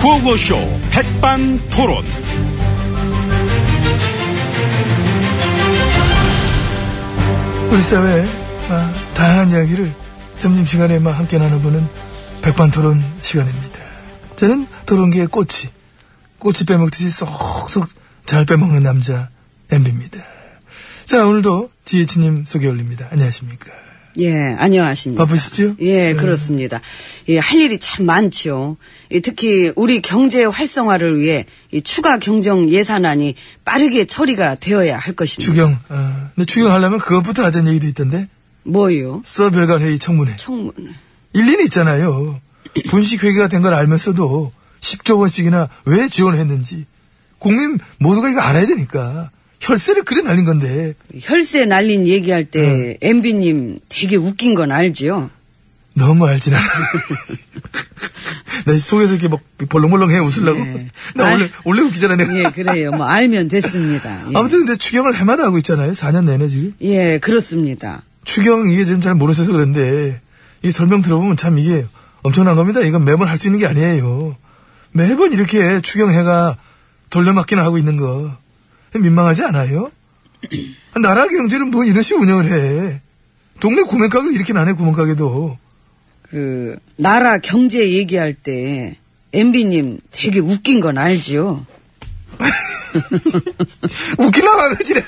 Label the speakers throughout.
Speaker 1: 구호쇼 백반토론.
Speaker 2: 우리 사회의 아, 다양한 이야기를 점심시간에 막 함께 나눠보는 백반토론 시간입니다. 저는 토론계의 꼬치, 꼬치 빼먹듯이 쏙쏙 잘 빼먹는 남자 엠비입니다. 자 오늘도 지혜치님 소개 올립니다. 안녕하십니까?
Speaker 3: 예, 안녕하십니까.
Speaker 2: 바쁘시죠?
Speaker 3: 예,
Speaker 2: 아, 네.
Speaker 3: 그렇습니다. 예, 할 일이 참 많지요. 예, 특히 우리 경제 활성화를 위해 이 추가 경정 예산안이 빠르게 처리가 되어야 할 것입니다.
Speaker 2: 추경. 어, 근데 추경하려면 그것부터 하자는 얘기도 있던데
Speaker 3: 뭐요?
Speaker 2: 서별관 회의 청문회.
Speaker 3: 청문.
Speaker 2: 일리는 있잖아요. 분식 회계가 된 걸 알면서도 10조 원씩이나 왜 지원했는지 국민 모두가 이거 알아야 되니까 혈세를 그래 날린 건데
Speaker 3: 혈세 날린 얘기할
Speaker 2: 네.
Speaker 3: 때 MB님 되게 웃긴 건 알지요?
Speaker 2: 너무 알진 않아. 나 속에서 이렇게 막 벌렁벌렁해 웃으려고.
Speaker 3: 네.
Speaker 2: 나 원래
Speaker 3: 아이.
Speaker 2: 원래 웃기잖아 내가.
Speaker 3: 예, 그래요. 뭐 알면 됐습니다. 예.
Speaker 2: 아무튼 근데 추경을 해마다 하고 있잖아요. 4년 내내 지금.
Speaker 3: 예, 그렇습니다.
Speaker 2: 추경 이게 지금 잘 모르셔서 그런데 이 설명 들어보면 참 이게 엄청난 겁니다. 이건 매번 할 수 있는 게 아니에요. 매번 이렇게 추경해가 돌려막기나 하고 있는 거 민망하지 않아요? 나라 경제를 뭐 이런 식으로 운영을 해. 동네 구멍가게 이렇게 나네 구멍가게도
Speaker 3: 그 나라 경제 얘기할 때 MB님 되게 웃긴 건 알지요?
Speaker 2: 웃기려고 하지.
Speaker 3: 음,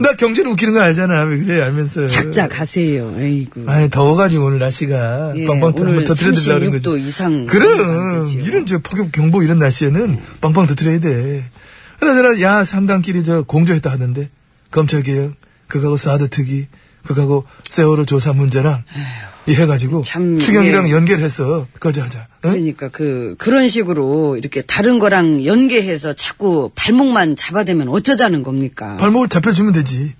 Speaker 2: 나 경제를 웃기는 거 알잖아. 왜 그래 알면서.
Speaker 3: 작자 가세요. 아이고.
Speaker 2: 아니 더워가지고 오늘 날씨가
Speaker 3: 예,
Speaker 2: 빵빵
Speaker 3: 오늘
Speaker 2: 터트려드리려고 그러는 거지.
Speaker 3: 36도 이상
Speaker 2: 그럼
Speaker 3: 올라간 거지요.
Speaker 2: 이런 저 폭염 경보 이런 날씨에는 빵빵 터트려야 돼. 그러나 야 삼당끼리 저 공조했다 하던데 검찰 개혁 그거하고 사드 특위 그거하고 세월호 조사 문제랑 이 해가지고
Speaker 3: 참,
Speaker 2: 추경이랑
Speaker 3: 예.
Speaker 2: 연결해서 거저 하자. 응?
Speaker 3: 그러니까 그 그런 식으로 이렇게 다른 거랑 연계해서 자꾸 발목만 잡아대면 어쩌자는 겁니까?
Speaker 2: 발목을 잡혀주면 되지.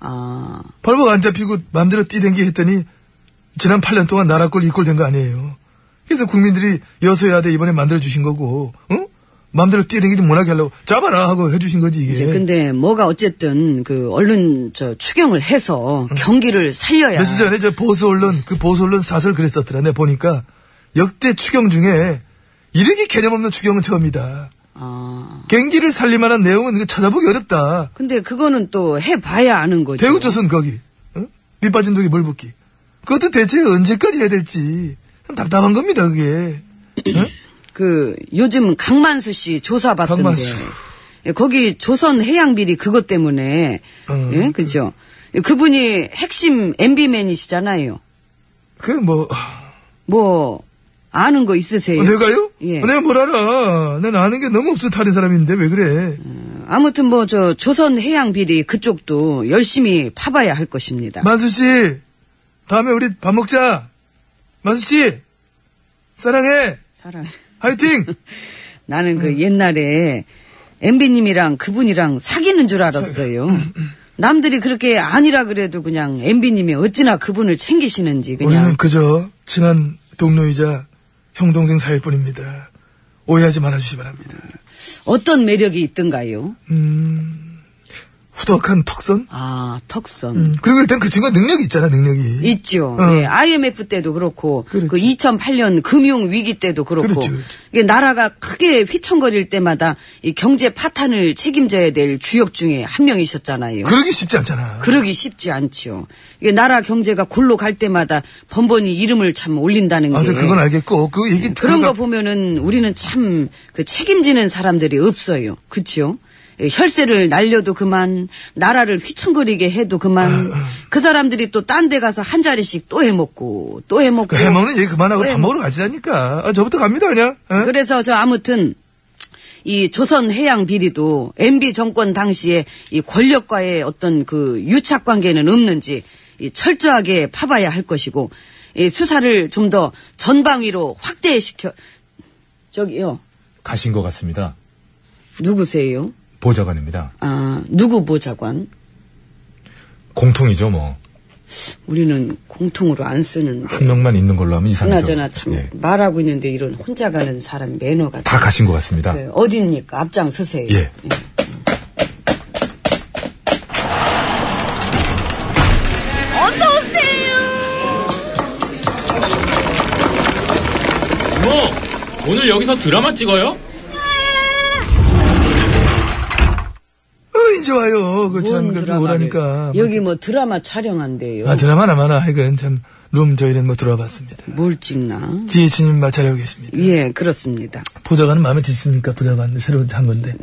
Speaker 3: 아
Speaker 2: 발목 안 잡히고 마음대로 뛰댕기 했더니 지난 8년 동안 나라 꼴 이꼴 된 거 아니에요. 그래서 국민들이 여서야대 이번에 만들어주신 거고, 응? 마음대로 뛰댕기지 못하게 하려고 잡아라 하고 해주신 거지, 이게.
Speaker 3: 이제 근데 뭐가 어쨌든 그 얼른 저 추경을 해서
Speaker 2: 음.
Speaker 3: 경기를 살려야
Speaker 2: 며칠 전에 저 보수 언론, 그 보수 언론 사설 그랬었더라. 내가 보니까 역대 추경 중에 이렇게 개념 없는 추경은 처음이다.
Speaker 3: 아
Speaker 2: 경기를 살릴 만한 내용은 이거 찾아보기 어렵다.
Speaker 3: 근데 그거는 또 해봐야 아는 거죠.
Speaker 2: 대우조선 거기, 응? 밑 빠진 독이 물 붓기. 그것도 대체 언제까지 해야 될지. 참 답답한 겁니다, 그게. 어? 응?
Speaker 3: 그 요즘 강만수 씨 조사 받던데
Speaker 2: 강만수.
Speaker 3: 예, 거기 조선 해양 비리 그것 때문에
Speaker 2: 어,
Speaker 3: 예? 그죠? 예, 그분이 핵심 MB맨이시잖아요.
Speaker 2: 그, 뭐,
Speaker 3: 뭐 아는 거 있으세요?
Speaker 2: 어, 내가요?
Speaker 3: 예.
Speaker 2: 어, 내가 뭘 알아. 난 아는 게 너무 없어, 다른 사람인데, 왜 그래.
Speaker 3: 아무튼 뭐 저 조선 해양 비리 그쪽도 열심히 파봐야 할 것입니다.
Speaker 2: 만수씨, 다음에 우리 밥 먹자. 만수씨, 사랑해.
Speaker 3: 사랑.
Speaker 2: 화이팅!
Speaker 3: 나는 그 옛날에 MB님이랑 그분이랑 사귀는 줄 알았어요. 남들이 그렇게 아니라 그래도 그냥 MB님이 어찌나 그분을 챙기시는지
Speaker 2: 우리는
Speaker 3: 그냥
Speaker 2: 그저 친한 동료이자 형, 동생 사이일 뿐입니다. 오해하지 말아주시기 바랍니다.
Speaker 3: 어떤 매력이 있던가요?
Speaker 2: 후덕한 턱선?
Speaker 3: 아, 턱선.
Speaker 2: 음, 그리고 일단 그 친구가 능력이 있잖아, 능력이.
Speaker 3: 있죠.
Speaker 2: 어.
Speaker 3: 예, IMF 때도 그렇고, 그
Speaker 2: 그렇죠.
Speaker 3: 2008년 금융 위기 때도 그렇고,
Speaker 2: 그렇죠, 그렇죠.
Speaker 3: 이게 나라가 크게 휘청거릴 때마다 이 경제 파탄을 책임져야 될 주역 중에 한 명이셨잖아요.
Speaker 2: 그러기 쉽지 않잖아.
Speaker 3: 그러기 쉽지 않지요. 이게 나라 경제가 골로 갈 때마다 번번이 이름을 참 올린다는
Speaker 2: 아,
Speaker 3: 게
Speaker 2: 근데 그건 알겠고, 그 얘기
Speaker 3: 음, 그런 거
Speaker 2: 들어가-
Speaker 3: 보면은 우리는 참 그 책임지는 사람들이 없어요. 그치요? 예, 혈세를 날려도 그만, 나라를 휘청거리게 해도 그만, 그 사람들이 또 딴 데 가서 한 자리씩 또 해먹고, 또 해먹고.
Speaker 2: 그 해먹는 얘기 그만하고
Speaker 3: 네.
Speaker 2: 밥 먹으러 가시다니까. 아, 저부터 갑니다, 그냥. 어?
Speaker 3: 그래서 저 아무튼, 이 조선 해양 비리도 MB 정권 당시에 이 권력과의 어떤 그 유착 관계는 없는지 이 철저하게 파봐야 할 것이고, 이 수사를 좀 더 전방위로 확대시켜, 저기요.
Speaker 1: 가신 것 같습니다.
Speaker 3: 누구세요?
Speaker 1: 보좌관입니다.
Speaker 3: 아, 누구 보좌관?
Speaker 1: 공통이죠, 뭐.
Speaker 3: 우리는 공통으로 안 쓰는데.
Speaker 1: 한 명만 있는 걸로 하면 이상하죠.
Speaker 3: 그나저나 참
Speaker 1: 예.
Speaker 3: 말하고 있는데 이런 혼자 가는 사람 매너가.
Speaker 1: 다 가신 것 같습니다.
Speaker 3: 그, 어딥니까? 앞장 서세요.
Speaker 1: 예.
Speaker 4: 뭐 오늘 여기서 드라마 찍어요?
Speaker 2: 어, 이제 와요. 그 참, 그
Speaker 3: 드라마를.
Speaker 2: 오라니까.
Speaker 3: 여기 뭐 드라마 촬영한대요.
Speaker 2: 아, 드라마나 마나 하여간 참, 룸 저희는 뭐 들어봤습니다.
Speaker 3: 뭘 찍나?
Speaker 2: 지혜진님 마찰하고 계십니다.
Speaker 3: 예, 그렇습니다.
Speaker 2: 보좌관은 마음에 드십니까? 보좌관 새로 한 건데.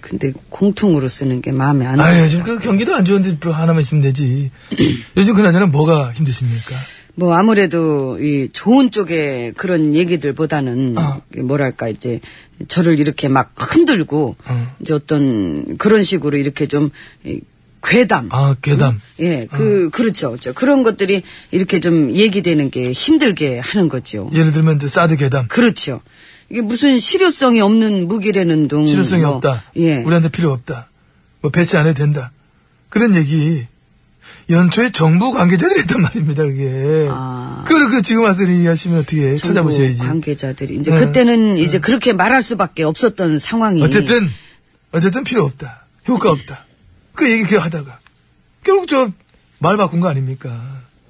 Speaker 3: 근데 공통으로 쓰는 게 마음에 안
Speaker 2: 아,
Speaker 3: 들어요.
Speaker 2: 요즘 그 경기도 안 좋은데 뭐 하나만 있으면 되지. 요즘 그나저나 뭐가 힘드십니까?
Speaker 3: 뭐 아무래도 이 좋은 쪽의 그런 얘기들보다는
Speaker 2: 어.
Speaker 3: 이게 뭐랄까 이제 저를 이렇게 막 흔들고
Speaker 2: 어.
Speaker 3: 이제 어떤 그런 식으로 이렇게 좀이 괴담
Speaker 2: 아, 어. 괴담.
Speaker 3: 예, 그, 그렇죠. 저 그런 것들이 이렇게 좀 얘기되는 게 힘들게 하는 거죠.
Speaker 2: 예를 들면 저 사드 괴담.
Speaker 3: 그렇죠. 이게 무슨 실효성이 없는 무기라는 둥.
Speaker 2: 실효성이
Speaker 3: 뭐,
Speaker 2: 없다.
Speaker 3: 예.
Speaker 2: 우리한테 필요 없다. 뭐 배치 안 해도 된다. 그런 얘기. 연초에 정부 관계자들이 했단 말입니다, 그게.
Speaker 3: 아.
Speaker 2: 그걸 그 지금 와서 얘기하시면 어떻게 해?
Speaker 3: 정부
Speaker 2: 찾아보셔야지.
Speaker 3: 관계자들이 이제
Speaker 2: 네.
Speaker 3: 그때는 이제 그렇게 말할 수밖에 없었던 상황이
Speaker 2: 어쨌든, 어쨌든 필요 없다. 효과 없다. 그 얘기 그 하다가. 결국 저 말 바꾼 거 아닙니까?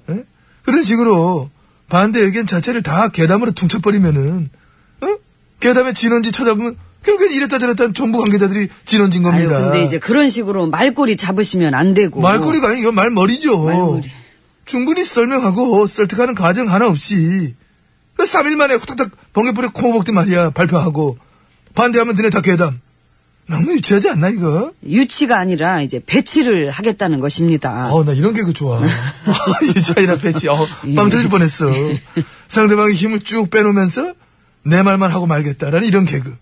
Speaker 2: 예? 그런 식으로 반대 의견 자체를 다 괴담으로 퉁쳐버리면은, 어? 괴담의 진원지 찾아보면 결국엔 이랬다 저랬다 정부 관계자들이 진원진
Speaker 3: 아유,
Speaker 2: 겁니다.
Speaker 3: 근데 이제 그런 식으로 말꼬리 잡으시면 안 되고
Speaker 2: 말꼬리가 아니고 뭐. 말머리죠.
Speaker 3: 말머리.
Speaker 2: 충분히 설명하고 설득하는 과정 하나 없이 그 3일 만에 후딱딱 번개불에 코 먹듯 말이야 발표하고 반대하면 너네 다 괴담. 너무 유치하지 않나 이거?
Speaker 3: 유치가 아니라 이제 배치를 하겠다는 것입니다.
Speaker 2: 어, 나 이런 개그 좋아. 아, 유치하이나 패치. 어, 빵 터질 뻔했어. 상대방의 힘을 쭉 빼놓으면서 내 말만 하고 말겠다라는 이런 개그.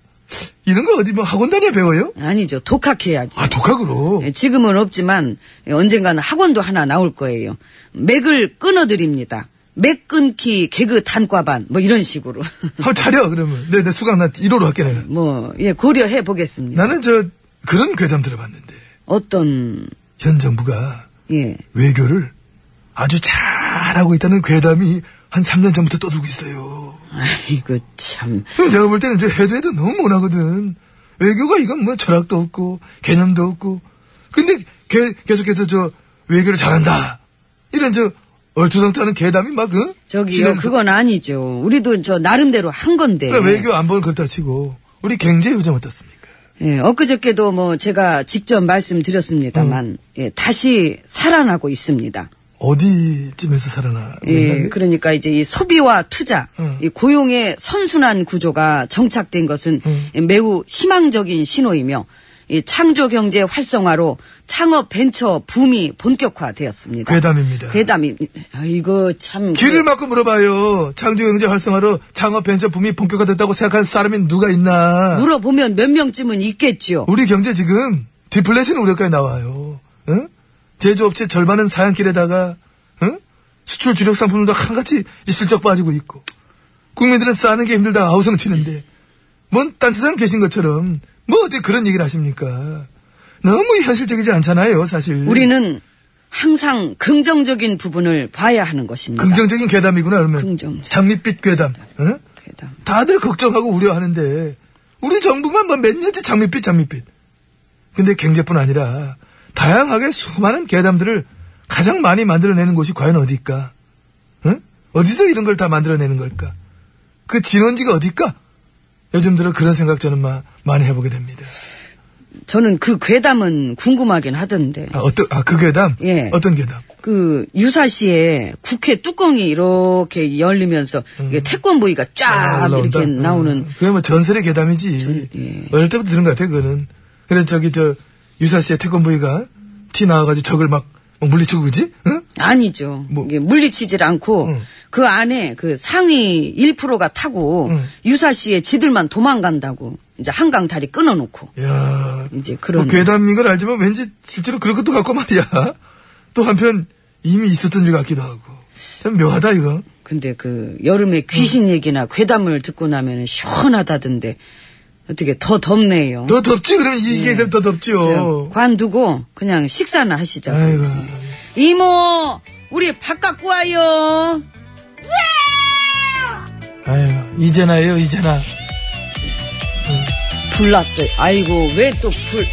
Speaker 2: 이런 거 어디 뭐 학원 다녀 배워요?
Speaker 3: 아니죠. 독학해야지.
Speaker 2: 아, 독학으로.
Speaker 3: 예, 지금은 없지만 예, 언젠가는 학원도 하나 나올 거예요. 맥을 끊어드립니다. 맥 끊기 개그 단과반 뭐 이런 식으로
Speaker 2: 한번 차려, 그러면. 내, 내 수강 나 1호로 할게, 내가.
Speaker 3: 뭐 예 고려해 보겠습니다.
Speaker 2: 나는 저, 그런 괴담 들어봤는데.
Speaker 3: 어떤
Speaker 2: 현 정부가
Speaker 3: 예
Speaker 2: 외교를 아주 잘하고 있다는 괴담이 한 3년 전부터 떠들고 있어요.
Speaker 3: 아이고 참
Speaker 2: 내가 볼 때는 이제 해도 해도 너무 못하거든. 외교가 이건 뭐 철학도 없고 개념도 없고. 근데 개- 계속해서 저 외교를 잘한다. 이런 저 얼추성탄한 괴담이 막 그?
Speaker 3: 저기요 그건 아니죠. 우리도 저 나름대로 한 건데.
Speaker 2: 외교 안보는 그렇다 치고 우리 경제 요즘 어떻습니까?
Speaker 3: 예, 엊그저께도 뭐 제가 직접 말씀드렸습니다만 예, 다시 살아나고 있습니다.
Speaker 2: 어디쯤에서 살아나?
Speaker 3: 예, 그러니까 이제 이 소비와 투자,
Speaker 2: 응.
Speaker 3: 이 고용의 선순환 구조가 정착된 것은 예, 매우 희망적인 신호이며 이 창조 경제 활성화로 창업 벤처 붐이 본격화되었습니다.
Speaker 2: 괴담입니다.
Speaker 3: 아, 괴담입니다. 아이고 참그
Speaker 2: 길을 막고 물어봐요. 창조경제 활성화로 창업벤처 붐이 본격화됐다고 생각하는 사람이 누가 있나?
Speaker 3: 물어보면 몇 명쯤은 있겠죠.
Speaker 2: 우리 경제 지금 디플레이션 우려까지 나와요. 응? 제조업체 절반은 사양길에다가 응? 수출 주력 상품도 한같이 이 실적 빠지고 있고 국민들은 싸는 게 힘들다 아우성 치는데 뭔딴 세상 계신 것처럼 뭐 어떻게 그런 얘기를 하십니까? 너무 현실적이지 않잖아요 사실.
Speaker 3: 우리는 항상 긍정적인 부분을 봐야 하는 것입니다.
Speaker 2: 긍정적인 괴담이구나 그러면.
Speaker 3: 긍정.
Speaker 2: 장밋빛 괴담. 응?
Speaker 3: 괴담.
Speaker 2: 다들 걱정하고 우려하는데 우리 정부만 뭐몇 년째 장밋빛 장밋빛. 근데 경제뿐 아니라 다양하게 수많은 괴담들을 가장 많이 만들어내는 곳이 과연 어디일까? 응? 어디서 이런 걸 다 만들어내는 걸까? 그 진원지가 어디일까? 요즘 들어 그런 생각 저는 마, 많이 해보게 됩니다.
Speaker 3: 저는 그 괴담은 궁금하긴 하던데.
Speaker 2: 아, 어떤, 아, 그 괴담?
Speaker 3: 예.
Speaker 2: 어떤 괴담?
Speaker 3: 그 유사시에 국회 뚜껑이 이렇게 열리면서 이게 태권브이가 쫙
Speaker 2: 음. 올라온다?
Speaker 3: 아, 이렇게
Speaker 2: 음.
Speaker 3: 나오는 예.
Speaker 2: 그게 뭐 전설의 괴담이지. 어릴 때부터 들은 것 같아, 그거는. 그래서 저기, 저, 유사 씨의 태권브이가 티 나와가지고 적을 막, 막 물리치고, 그지? 응?
Speaker 3: 아니죠.
Speaker 2: 뭐. 음.
Speaker 3: 이게 물리치질 않고
Speaker 2: 응.
Speaker 3: 그 안에 그 상위 1%가 타고
Speaker 2: 응.
Speaker 3: 유사시에 지들만 도망간다고 이제 한강 다리 끊어놓고
Speaker 2: 야
Speaker 3: 이제 그런
Speaker 2: 뭐 괴담인 걸 알지만 왠지 실제로 그럴 것도 같고 말이야. 또 한편, 이미 있었던 일 같기도 하고. 참 묘하다, 이거.
Speaker 3: 근데 그
Speaker 2: 음.
Speaker 3: 여름에 귀신 얘기나 괴담을 듣고 나면 시원하다던데 어떻게 더 덥네요.
Speaker 2: 더 덥지? 그러면
Speaker 3: 예.
Speaker 2: 이게 되면 더
Speaker 3: 저
Speaker 2: 덥죠.
Speaker 3: 관두고 그냥 식사나 하시죠.
Speaker 2: 아이고.
Speaker 3: 이모, 우리 밥 갖고 와요.
Speaker 2: 아이고. 이제나예요, 이제나.
Speaker 3: 불났어요. 아이고, 왜 또 불,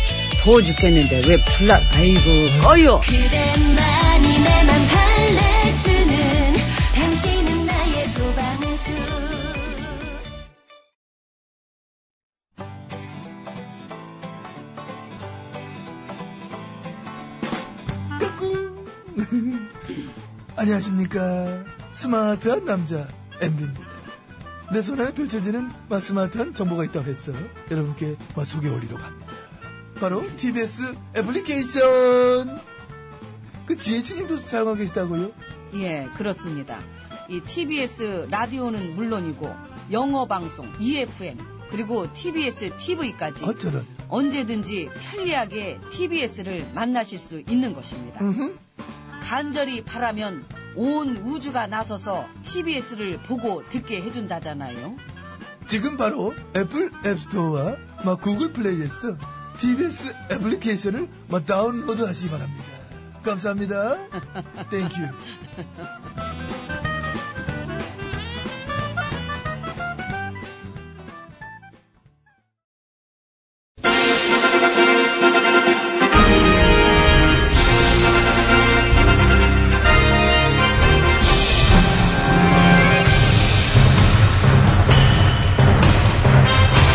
Speaker 3: 더워 죽겠는데, 왜 불났, 아이고, 꺼요.
Speaker 5: 그대만이 내 맘 달래주는 당신은 나의 소방수
Speaker 2: 안녕하십니까. 스마트한 남자, MB입니다. 내 손안에 펼쳐지는 막 스마트한 정보가 있다고 해서 여러분께 막 소개해드리려고 합니다. 바로 TBS 애플리케이션! 그 지혜진님도 사용하고 계시다고요?
Speaker 3: 예, 그렇습니다. 이 TBS 라디오는 물론이고 영어 방송, EFM, 그리고 TBS TV까지
Speaker 2: 어쩌면.
Speaker 3: 언제든지 편리하게 TBS를 만나실 수 있는 것입니다. 간절히 바라면 온 우주가 나서서 TBS를 보고 듣게 해준다잖아요.
Speaker 2: 지금 바로 애플 앱스토어와 막 구글 플레이에서 TBS 애플리케이션을 막 다운로드 하시기 바랍니다. 감사합니다. 땡큐.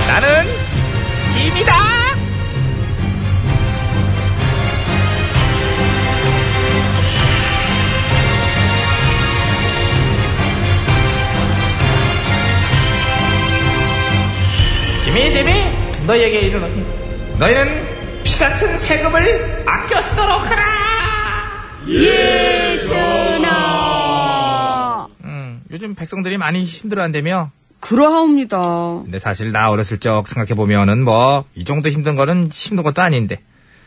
Speaker 4: 나는 짐이다. 짐이 짐이 너에게 희 이르노니 너희는 피 같은 세금을 아껴 쓰도록 하라.
Speaker 3: 예, 전하!
Speaker 4: 음, 요즘 백성들이 많이 힘들어한다며
Speaker 3: 그러하옵니다.
Speaker 4: 근데 사실 나 어렸을 적 생각해보면은 뭐, 이 정도 힘든 거는 힘든 것도 아닌데.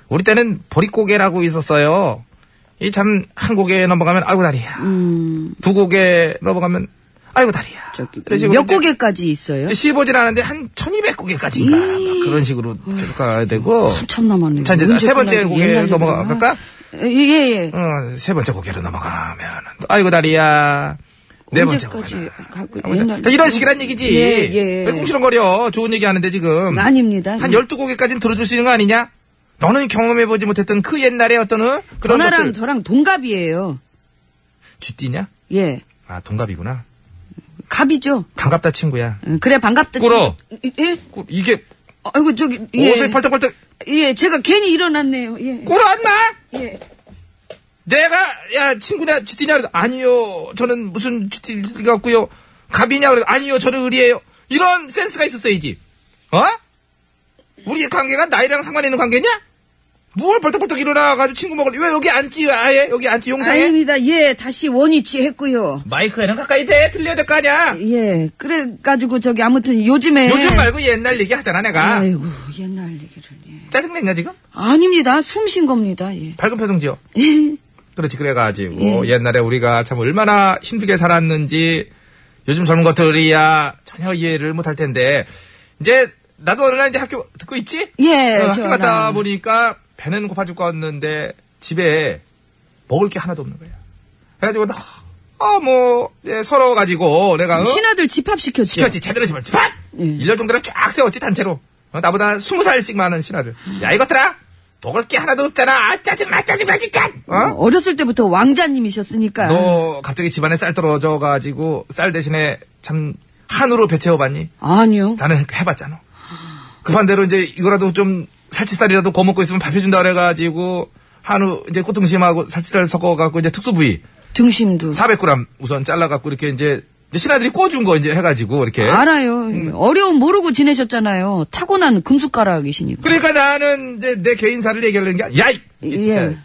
Speaker 4: 우리 때는 보릿고개라고 있었어요. 이 참, 한 고개 넘어가면, 아이고 다리야. 두 고개 넘어가면, 아이고
Speaker 3: 음.
Speaker 4: 다리야.
Speaker 3: 저기,
Speaker 4: 이런 식으로
Speaker 3: 몇
Speaker 4: 이제
Speaker 3: 곡에까지 있어요?
Speaker 4: 씹어질 않는데 한 1200고개까지인가. 그런 식으로 계속 가야 되고. 어,
Speaker 3: 한참 남았네요.
Speaker 4: 자, 이제
Speaker 3: 언제
Speaker 4: 세 번째
Speaker 3: 끝나지?
Speaker 4: 고개를
Speaker 3: 옛날
Speaker 4: 넘어갈까?
Speaker 3: 예, 예, 예.
Speaker 4: 어, 세 번째 고개로 넘어가면, 또 아이고 다리야. 네 번째
Speaker 3: 언제까지
Speaker 4: 고개로.
Speaker 3: 가고
Speaker 4: 아무튼
Speaker 3: 옛날
Speaker 4: 이런 식이란 얘기지.
Speaker 3: 예, 예.
Speaker 4: 왜 궁시렁거려? 좋은 얘기 하는데 지금.
Speaker 3: 아닙니다. 음,
Speaker 4: 한 12곡에까지는 들어줄 수 있는 거 아니냐? 너는 경험해보지 못했던 그 옛날에 어떤 어? 그런
Speaker 3: 전화랑
Speaker 4: 것들.
Speaker 3: 저랑 동갑이에요.
Speaker 4: 쥐띠냐?
Speaker 3: 예.
Speaker 4: 아 동갑이구나.
Speaker 3: 갑이죠.
Speaker 4: 반갑다 친구야.
Speaker 3: 응, 그래 반갑다.
Speaker 4: 꿇어.
Speaker 3: 친구. 예?
Speaker 4: 꾸- 이게
Speaker 3: 아이고 저기 예.
Speaker 4: 옷에 팔딱팔딱
Speaker 3: 예, 제가 괜히 일어났네요. 예.
Speaker 4: 꿇어 안마
Speaker 3: 예.
Speaker 4: 내가 야 친구냐 쥐띠냐 그래서 아니요 저는 무슨 쥐띠 같고요. 갑이냐 그래서 아니요 저는 을이에요. 이런 센스가 있었어야지. 어? 우리의 관계가 나이랑 상관 있는 관계냐? 뭘 벌떡벌떡 일어나가지고 친구 먹을 왜 여기 앉지 아예 여기 앉지 용사에
Speaker 3: 아닙니다. 예, 다시 원위치 했고요.
Speaker 4: 마이크에는 가까이 대 들려야 될 거 아니야
Speaker 3: 예. 그래 가지고 저기 아무튼 요즘에
Speaker 4: 요즘 말고 옛날 얘기 하잖아 내가
Speaker 3: 예. 아이고, 예. 옛날 얘기를. 예.
Speaker 4: 짜증냈냐 지금?
Speaker 3: 아닙니다. 숨 쉰 겁니다. 예.
Speaker 4: 밝은 표정 지어 그렇지 그래가지고 옛날에 우리가 참 얼마나 힘들게 살았는지 요즘 젊은 것들이야 전혀 이해를 못할 텐데 이제 나도 어느 날 이제 학교 듣고 있지?
Speaker 3: 예,
Speaker 4: 어,
Speaker 3: 저는.
Speaker 4: 학교 갔다 보니까 배는 고파 죽겠는데 집에 먹을 게 하나도 없는 거야 그래가지고 나아뭐 서러 가지고 내가 어?
Speaker 3: 신하들 집합시켰죠.
Speaker 4: 시켰지 제대로 집을 집합
Speaker 3: 예.
Speaker 4: 일렬 정도로 쫙 세웠지 단체로 어, 나보다 스무 살씩 많은 신하들 야 이것들아 먹을 게 하나도 없잖아 아, 짜증나 짜증나 진짜 어?
Speaker 3: 어렸을 때부터 왕자님이셨으니까.
Speaker 4: 너 갑자기 집안에 쌀 떨어져가지고 쌀 대신에 참 한우로 배채워봤니
Speaker 3: 아니요.
Speaker 4: 나는 해봤잖아 그 반대로 이제 이거라도 좀 살치살이라도 구워 먹고 있으면 밥 해준다 그래가지고 한우 이제 꼬등심하고 살치살 섞어갖고 이제 특수 부위
Speaker 3: 등심도.
Speaker 4: 400g 우선 잘라갖고 이렇게 이제 이제 신하들이 구워준 거 이제 해가지고 이렇게
Speaker 3: 알아요. 예.
Speaker 4: 음.
Speaker 3: 어려움 모르고 지내셨잖아요. 타고난 금숟가락이시니까.
Speaker 4: 그러니까 나는 이제 내 개인사를 얘기하려는 게 아니라, 야! 이- 이게 진짜
Speaker 3: 예.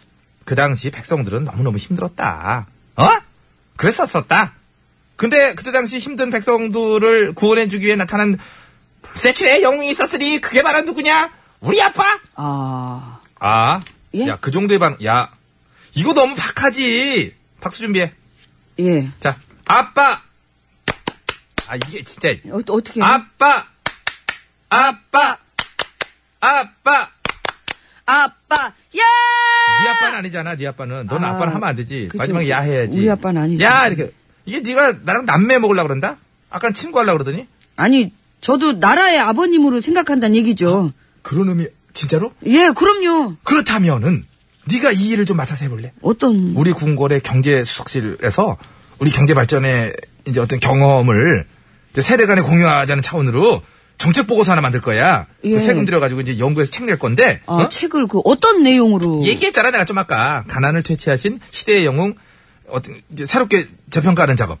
Speaker 4: 그 당시 백성들은 너무너무 힘들었다. 어? 그랬었었다. 근데 그때 당시 힘든 백성들을 구원해주기 위해 나타난 불세출의 영웅이 있었으니 그게 바로 누구냐? 우리 아빠!
Speaker 3: 아,
Speaker 4: 아.
Speaker 3: 예?
Speaker 4: 야, 그 정도의 반, 야. 이거 너무 박하지. 박수 준비해.
Speaker 3: 예.
Speaker 4: 자, 아빠! 아, 이게 진짜.
Speaker 3: 어, 어떻게.
Speaker 4: 아빠! 아빠! 아빠!
Speaker 3: 아빠, 야!
Speaker 4: 네 아빠는 아니잖아. 네 아빠는 넌
Speaker 3: 아,
Speaker 4: 아, 빠는 하면 안 되지.
Speaker 3: 그죠.
Speaker 4: 마지막에 야 해야지.
Speaker 3: 우리 아빠는 아니죠.
Speaker 4: 야 이렇게 이게 네가 나랑 남매 먹으려 고 그런다. 아까 친구 하려 고 그러더니
Speaker 3: 아니, 저도 나라의 아버님으로 생각한다는
Speaker 4: 어?
Speaker 3: 얘기죠.
Speaker 4: 그런 의미 진짜로?
Speaker 3: 예, 그럼요.
Speaker 4: 그렇다면은 네가 이 일을 좀 맡아서 해볼래?
Speaker 3: 어떤,
Speaker 4: 우리 궁궐의 경제 수석실에서 우리 경제 발전에 이제 어떤 경험을 이제 세대 간에 공유하자는 차원으로 정책 보고서 하나 만들 거야. 그
Speaker 3: 예.
Speaker 4: 세금 들여가지고 이제 연구해서 책 낼 건데.
Speaker 3: 아,
Speaker 4: 어?
Speaker 3: 책을 그 어떤 내용으로
Speaker 4: 얘기했잖아 내가 좀 아까 가난을 퇴치하신 시대의 영웅 어떤 이제 새롭게 재평가하는 작업.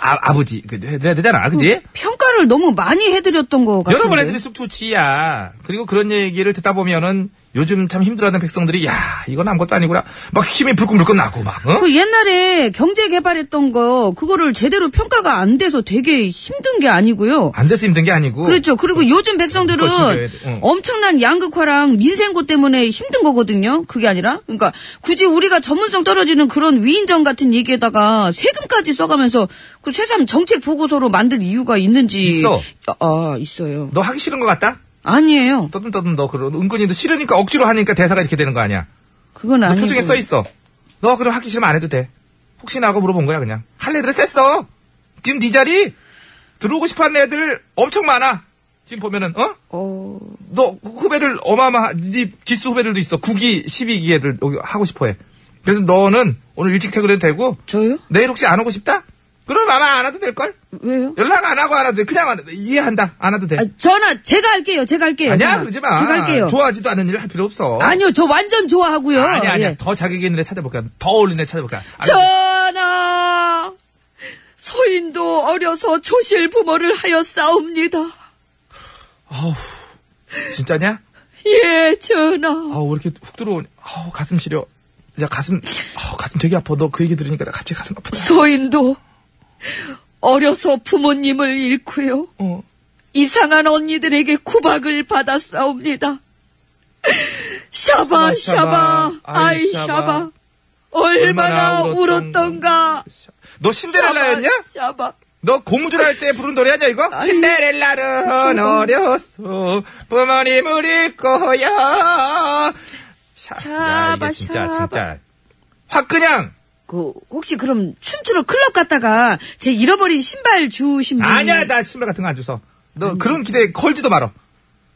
Speaker 4: 아, 버지 해드려야 되잖아, 그지?
Speaker 3: 평가를 너무 많이 해드렸던 것 음, 같아요.
Speaker 4: 여러 번 해드릴수록 좋지야. 그리고 그런 얘기를 듣다 보면은 요즘 참 힘들어하는 백성들이 야 이건 아무것도 아니구나. 막 힘이 불끈불끈 나고 막. 어?
Speaker 3: 그 옛날에 경제 개발했던 거 그거를 제대로 평가가 안 돼서 되게 힘든 게 아니고요.
Speaker 4: 안 돼서 힘든 게 아니고.
Speaker 3: 그렇죠. 그리고 요즘
Speaker 4: 그걸 챙겨야
Speaker 3: 백성들은
Speaker 4: 돼. 응.
Speaker 3: 엄청난 양극화랑 민생고 때문에 힘든 거거든요. 그게 아니라. 그러니까 굳이 우리가 전문성 떨어지는 그런 위인전 같은 얘기에다가 세금까지 써가면서 그 새삼 정책 보고서로 만들 이유가 있는지.
Speaker 4: 있어.
Speaker 3: 아, 아, 있어요.
Speaker 4: 너 하기 싫은 것 같다?
Speaker 3: 아니에요.
Speaker 4: 떠듬떠듬 너 그런 은근히 너 싫으니까 억지로 하니까 대사가 이렇게 되는 거 아니야?
Speaker 3: 그건
Speaker 4: 너
Speaker 3: 아니고.
Speaker 4: 표정에 써 있어. 너 그럼 하기 싫으면 안 해도 돼. 혹시나 하고 물어본 거야 그냥. 할 애들 셌어. 지금 네 자리 들어오고 싶어하는 애들 엄청 많아. 지금 보면은 어?
Speaker 3: 어,
Speaker 4: 너 후배들 어마어마 네 기수 후배들도 있어. 9기, 12기 애들 여기 하고 싶어해. 그래서 너는 오늘 일찍 퇴근해도 되고
Speaker 3: 저요?
Speaker 4: 내일 혹시 안 오고 싶다? 그럼 아마 안 와도 될 걸.
Speaker 3: 왜요?
Speaker 4: 연락 안 하고 안 와도 돼. 그냥 안, 이해한다. 안 와도 돼.
Speaker 3: 아, 전화 제가 할게요. 제가 할게요.
Speaker 4: 아니야
Speaker 3: 전화.
Speaker 4: 그러지 마.
Speaker 3: 제가 할게요.
Speaker 4: 좋아하지도 않는 일을 할 필요 없어.
Speaker 3: 아니요, 저 완전 좋아하고요.
Speaker 4: 아니야 아니야.
Speaker 3: 예.
Speaker 4: 더 자격 있는 애 찾아볼까. 더 어울리는 애 찾아볼까. 아니,
Speaker 3: 전하 소인도 어려서 초실 부모를 하여 싸웁니다.
Speaker 4: 진짜냐?
Speaker 3: 예, 전하.
Speaker 4: 아우 왜 이렇게 훅 들어오니? 아우 가슴 시려. 야 가슴 아우 가슴 되게 아파. 너 그 얘기 들으니까 나 갑자기 가슴 아프다.
Speaker 3: 소인도 어려서 부모님을 잃고요.
Speaker 4: 어.
Speaker 3: 이상한 언니들에게 구박을 받아 싸웁니다. 샤바,
Speaker 4: 샤바, 샤바,
Speaker 3: 샤바, 아이,
Speaker 4: 아이, 샤바.
Speaker 3: 샤바. 얼마나
Speaker 4: 얼마나 울었던가.
Speaker 3: 울었던가.
Speaker 4: 너 신데렐라였냐?
Speaker 3: 샤바.
Speaker 4: 너 고무줄 할 때 부른 노래 아니야 이거? 신데렐라는 어렸어 부모님을 잃고 야 샤, 야,
Speaker 3: 샤바,
Speaker 4: 이거 진짜
Speaker 3: 샤바.
Speaker 4: 진짜 확 그냥
Speaker 3: 그 혹시 그럼 춤추러 클럽 갔다가 제 잃어버린 신발 주신 분이
Speaker 4: 아니야 나 신발 같은 거 안 줘서 너 그런 기대 걸지도 말어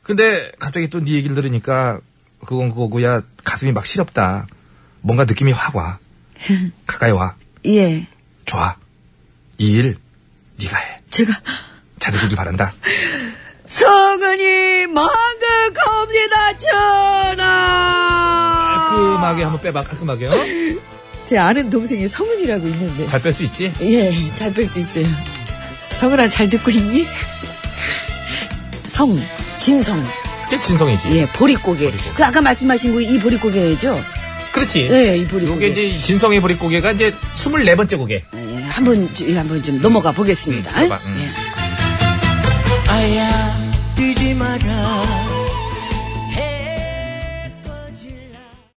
Speaker 4: 근데 갑자기 또 네 얘기를 들으니까 그건 그거고 야 가슴이 막 시렵다 뭔가 느낌이 확와 가까이 와
Speaker 3: 예
Speaker 4: 좋아 이 일 네가 해
Speaker 3: 제가
Speaker 4: 잘해주길 바란다
Speaker 3: 성은이 먼그 겁니다 전하
Speaker 4: 깔끔하게 한번 빼봐 깔끔하게 어?
Speaker 3: 제 아는 동생이 성은이라고 있는데
Speaker 4: 잘 뺄 수 있지?
Speaker 3: 예 잘 뺄 수 있어요 성은아 잘 듣고 있니? 성 진성
Speaker 4: 그게 진성이지
Speaker 3: 예 보릿고개 그 아까 말씀하신 거 이 보릿고개죠?
Speaker 4: 그렇지
Speaker 3: 예 이 보릿고개
Speaker 4: 요게 이제 진성의 보릿 고개가 이제 24번째 고개.
Speaker 3: 예, 한번 한번 좀
Speaker 4: 예,
Speaker 3: 예. 넘어가 보겠습니다
Speaker 4: 음, 들어봐, 음.
Speaker 3: 예.
Speaker 6: 아야 뛰지 마라